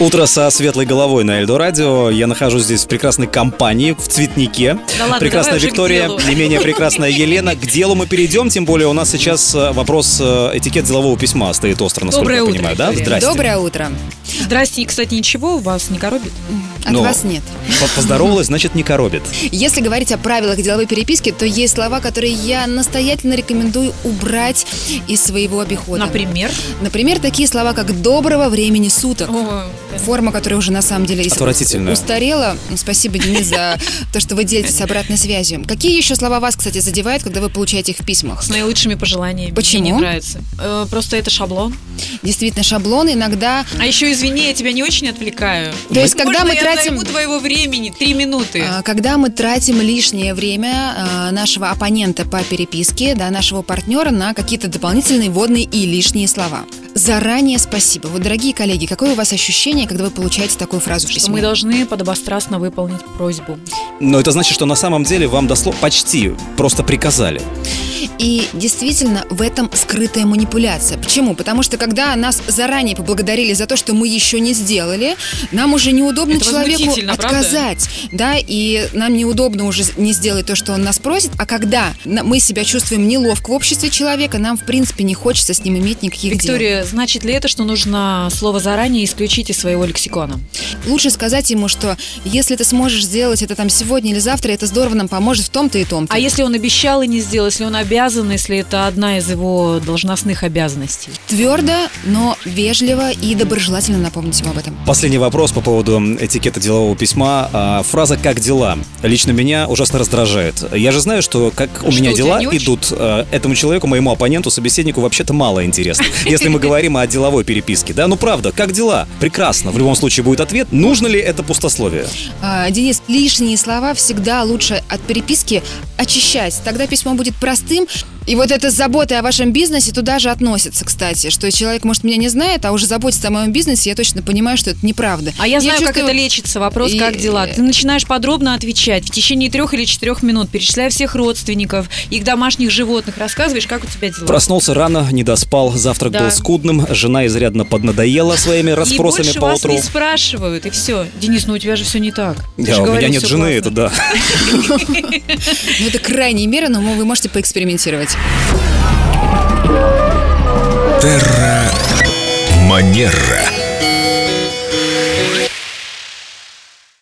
Утро со светлой головой на Эльдо Радио. Я нахожусь здесь в прекрасной компании, в цветнике. Да ладно, прекрасная давай уже к Виктория, делу. не менее прекрасная Елена. К делу мы перейдем, тем более у нас сейчас э, вопрос э, этикет делового письма стоит остро, насколько Доброе я утро, понимаю. Да? Виктория. Здрасте. Доброе утро. Здрасте, и, кстати, ничего вас не коробит? От Ну. вас нет. По- Поздоровалась, значит, не коробит. Если говорить о правилах деловой переписки, то есть слова, которые я настоятельно рекомендую убрать из своего обихода. Например? Например, такие слова, как «доброго времени суток». О, Форма, которая уже на самом деле Отвратительная. устарела. Спасибо, Денис, за то, что вы делитесь обратной связью. Какие еще слова вас, кстати, задевают, когда вы получаете их в письмах? С наилучшими пожеланиями. Почему? Мне не нравится. Э, просто это шаблон. Действительно, шаблоны иногда... А еще, извини, я тебя не очень отвлекаю. То есть, Можно когда мы я тратим- займу твоего времени? Три минуты. А, Когда мы тратим лишнее время а, нашего оппонента по переписке, да, нашего партнера на какие-то дополнительные водные и лишние слова. Заранее спасибо. Вот, дорогие коллеги, какое у вас ощущение, когда вы получаете такую фразу в Что письме? мы должны подобострастно выполнить просьбу. Но это значит, что на самом деле вам досло почти просто приказали. И действительно, в этом скрытая манипуляция. Почему? Потому что когда нас заранее поблагодарили за то, что мы еще не сделали, нам уже неудобно Это человеку возмутительно, правда? отказать. Да, и нам неудобно уже не сделать то, что он нас просит. А когда на- мы себя чувствуем неловко в обществе человека, нам, в принципе, не хочется с ним иметь никаких дел. Виктория, значит ли это, что нужно слово заранее исключить из своего лексикона? Лучше сказать ему, что если ты сможешь сделать это там сегодня или завтра, это здорово нам поможет в том-то и том-то. А если он обещал и не сделал, если он обязан, если это одна из его должностных обязанностей? Твердо, но вежливо и доброжелательно напомнить ему об этом. Последний вопрос по поводу этикета делового письма. А, Фраза «как дела?» лично меня ужасно раздражает. Я же знаю, что как у Что, меня у тебя дела не очень? идут, а, этому человеку, моему оппоненту, собеседнику вообще-то мало интересно. Если мы говорим о деловой переписке, да? Ну правда, как дела? Прекрасно. В любом случае будет ответ. Нужно ли это пустословие? А, Денис, лишние слова всегда лучше от переписки очищать. Тогда письмо будет простым. И вот эта забота о вашем бизнесе туда же относится, кстати, что человек, может, меня не знает, а уже заботится о моем бизнесе, я точно понимаю, что это неправда. А я знаю, как чувствую- это лечится. Вопрос, И- как дела? Ты начинаешь подробно отвечать в течение трех или четырех минут, перечисляя всех родственников, их домашних животных, рассказываешь, как у тебя дела. Проснулся рано, не доспал, завтрак Да. был скудным, жена изрядно поднадоела своими и расспросами больше по вас утру. не спрашивают, и все. Денис, ну у тебя же все не так. Ты же Да, у меня говорил, нет всё жены, классно. это да. Ну, это крайняя мера, но вы можете поэкспериментировать. Манера.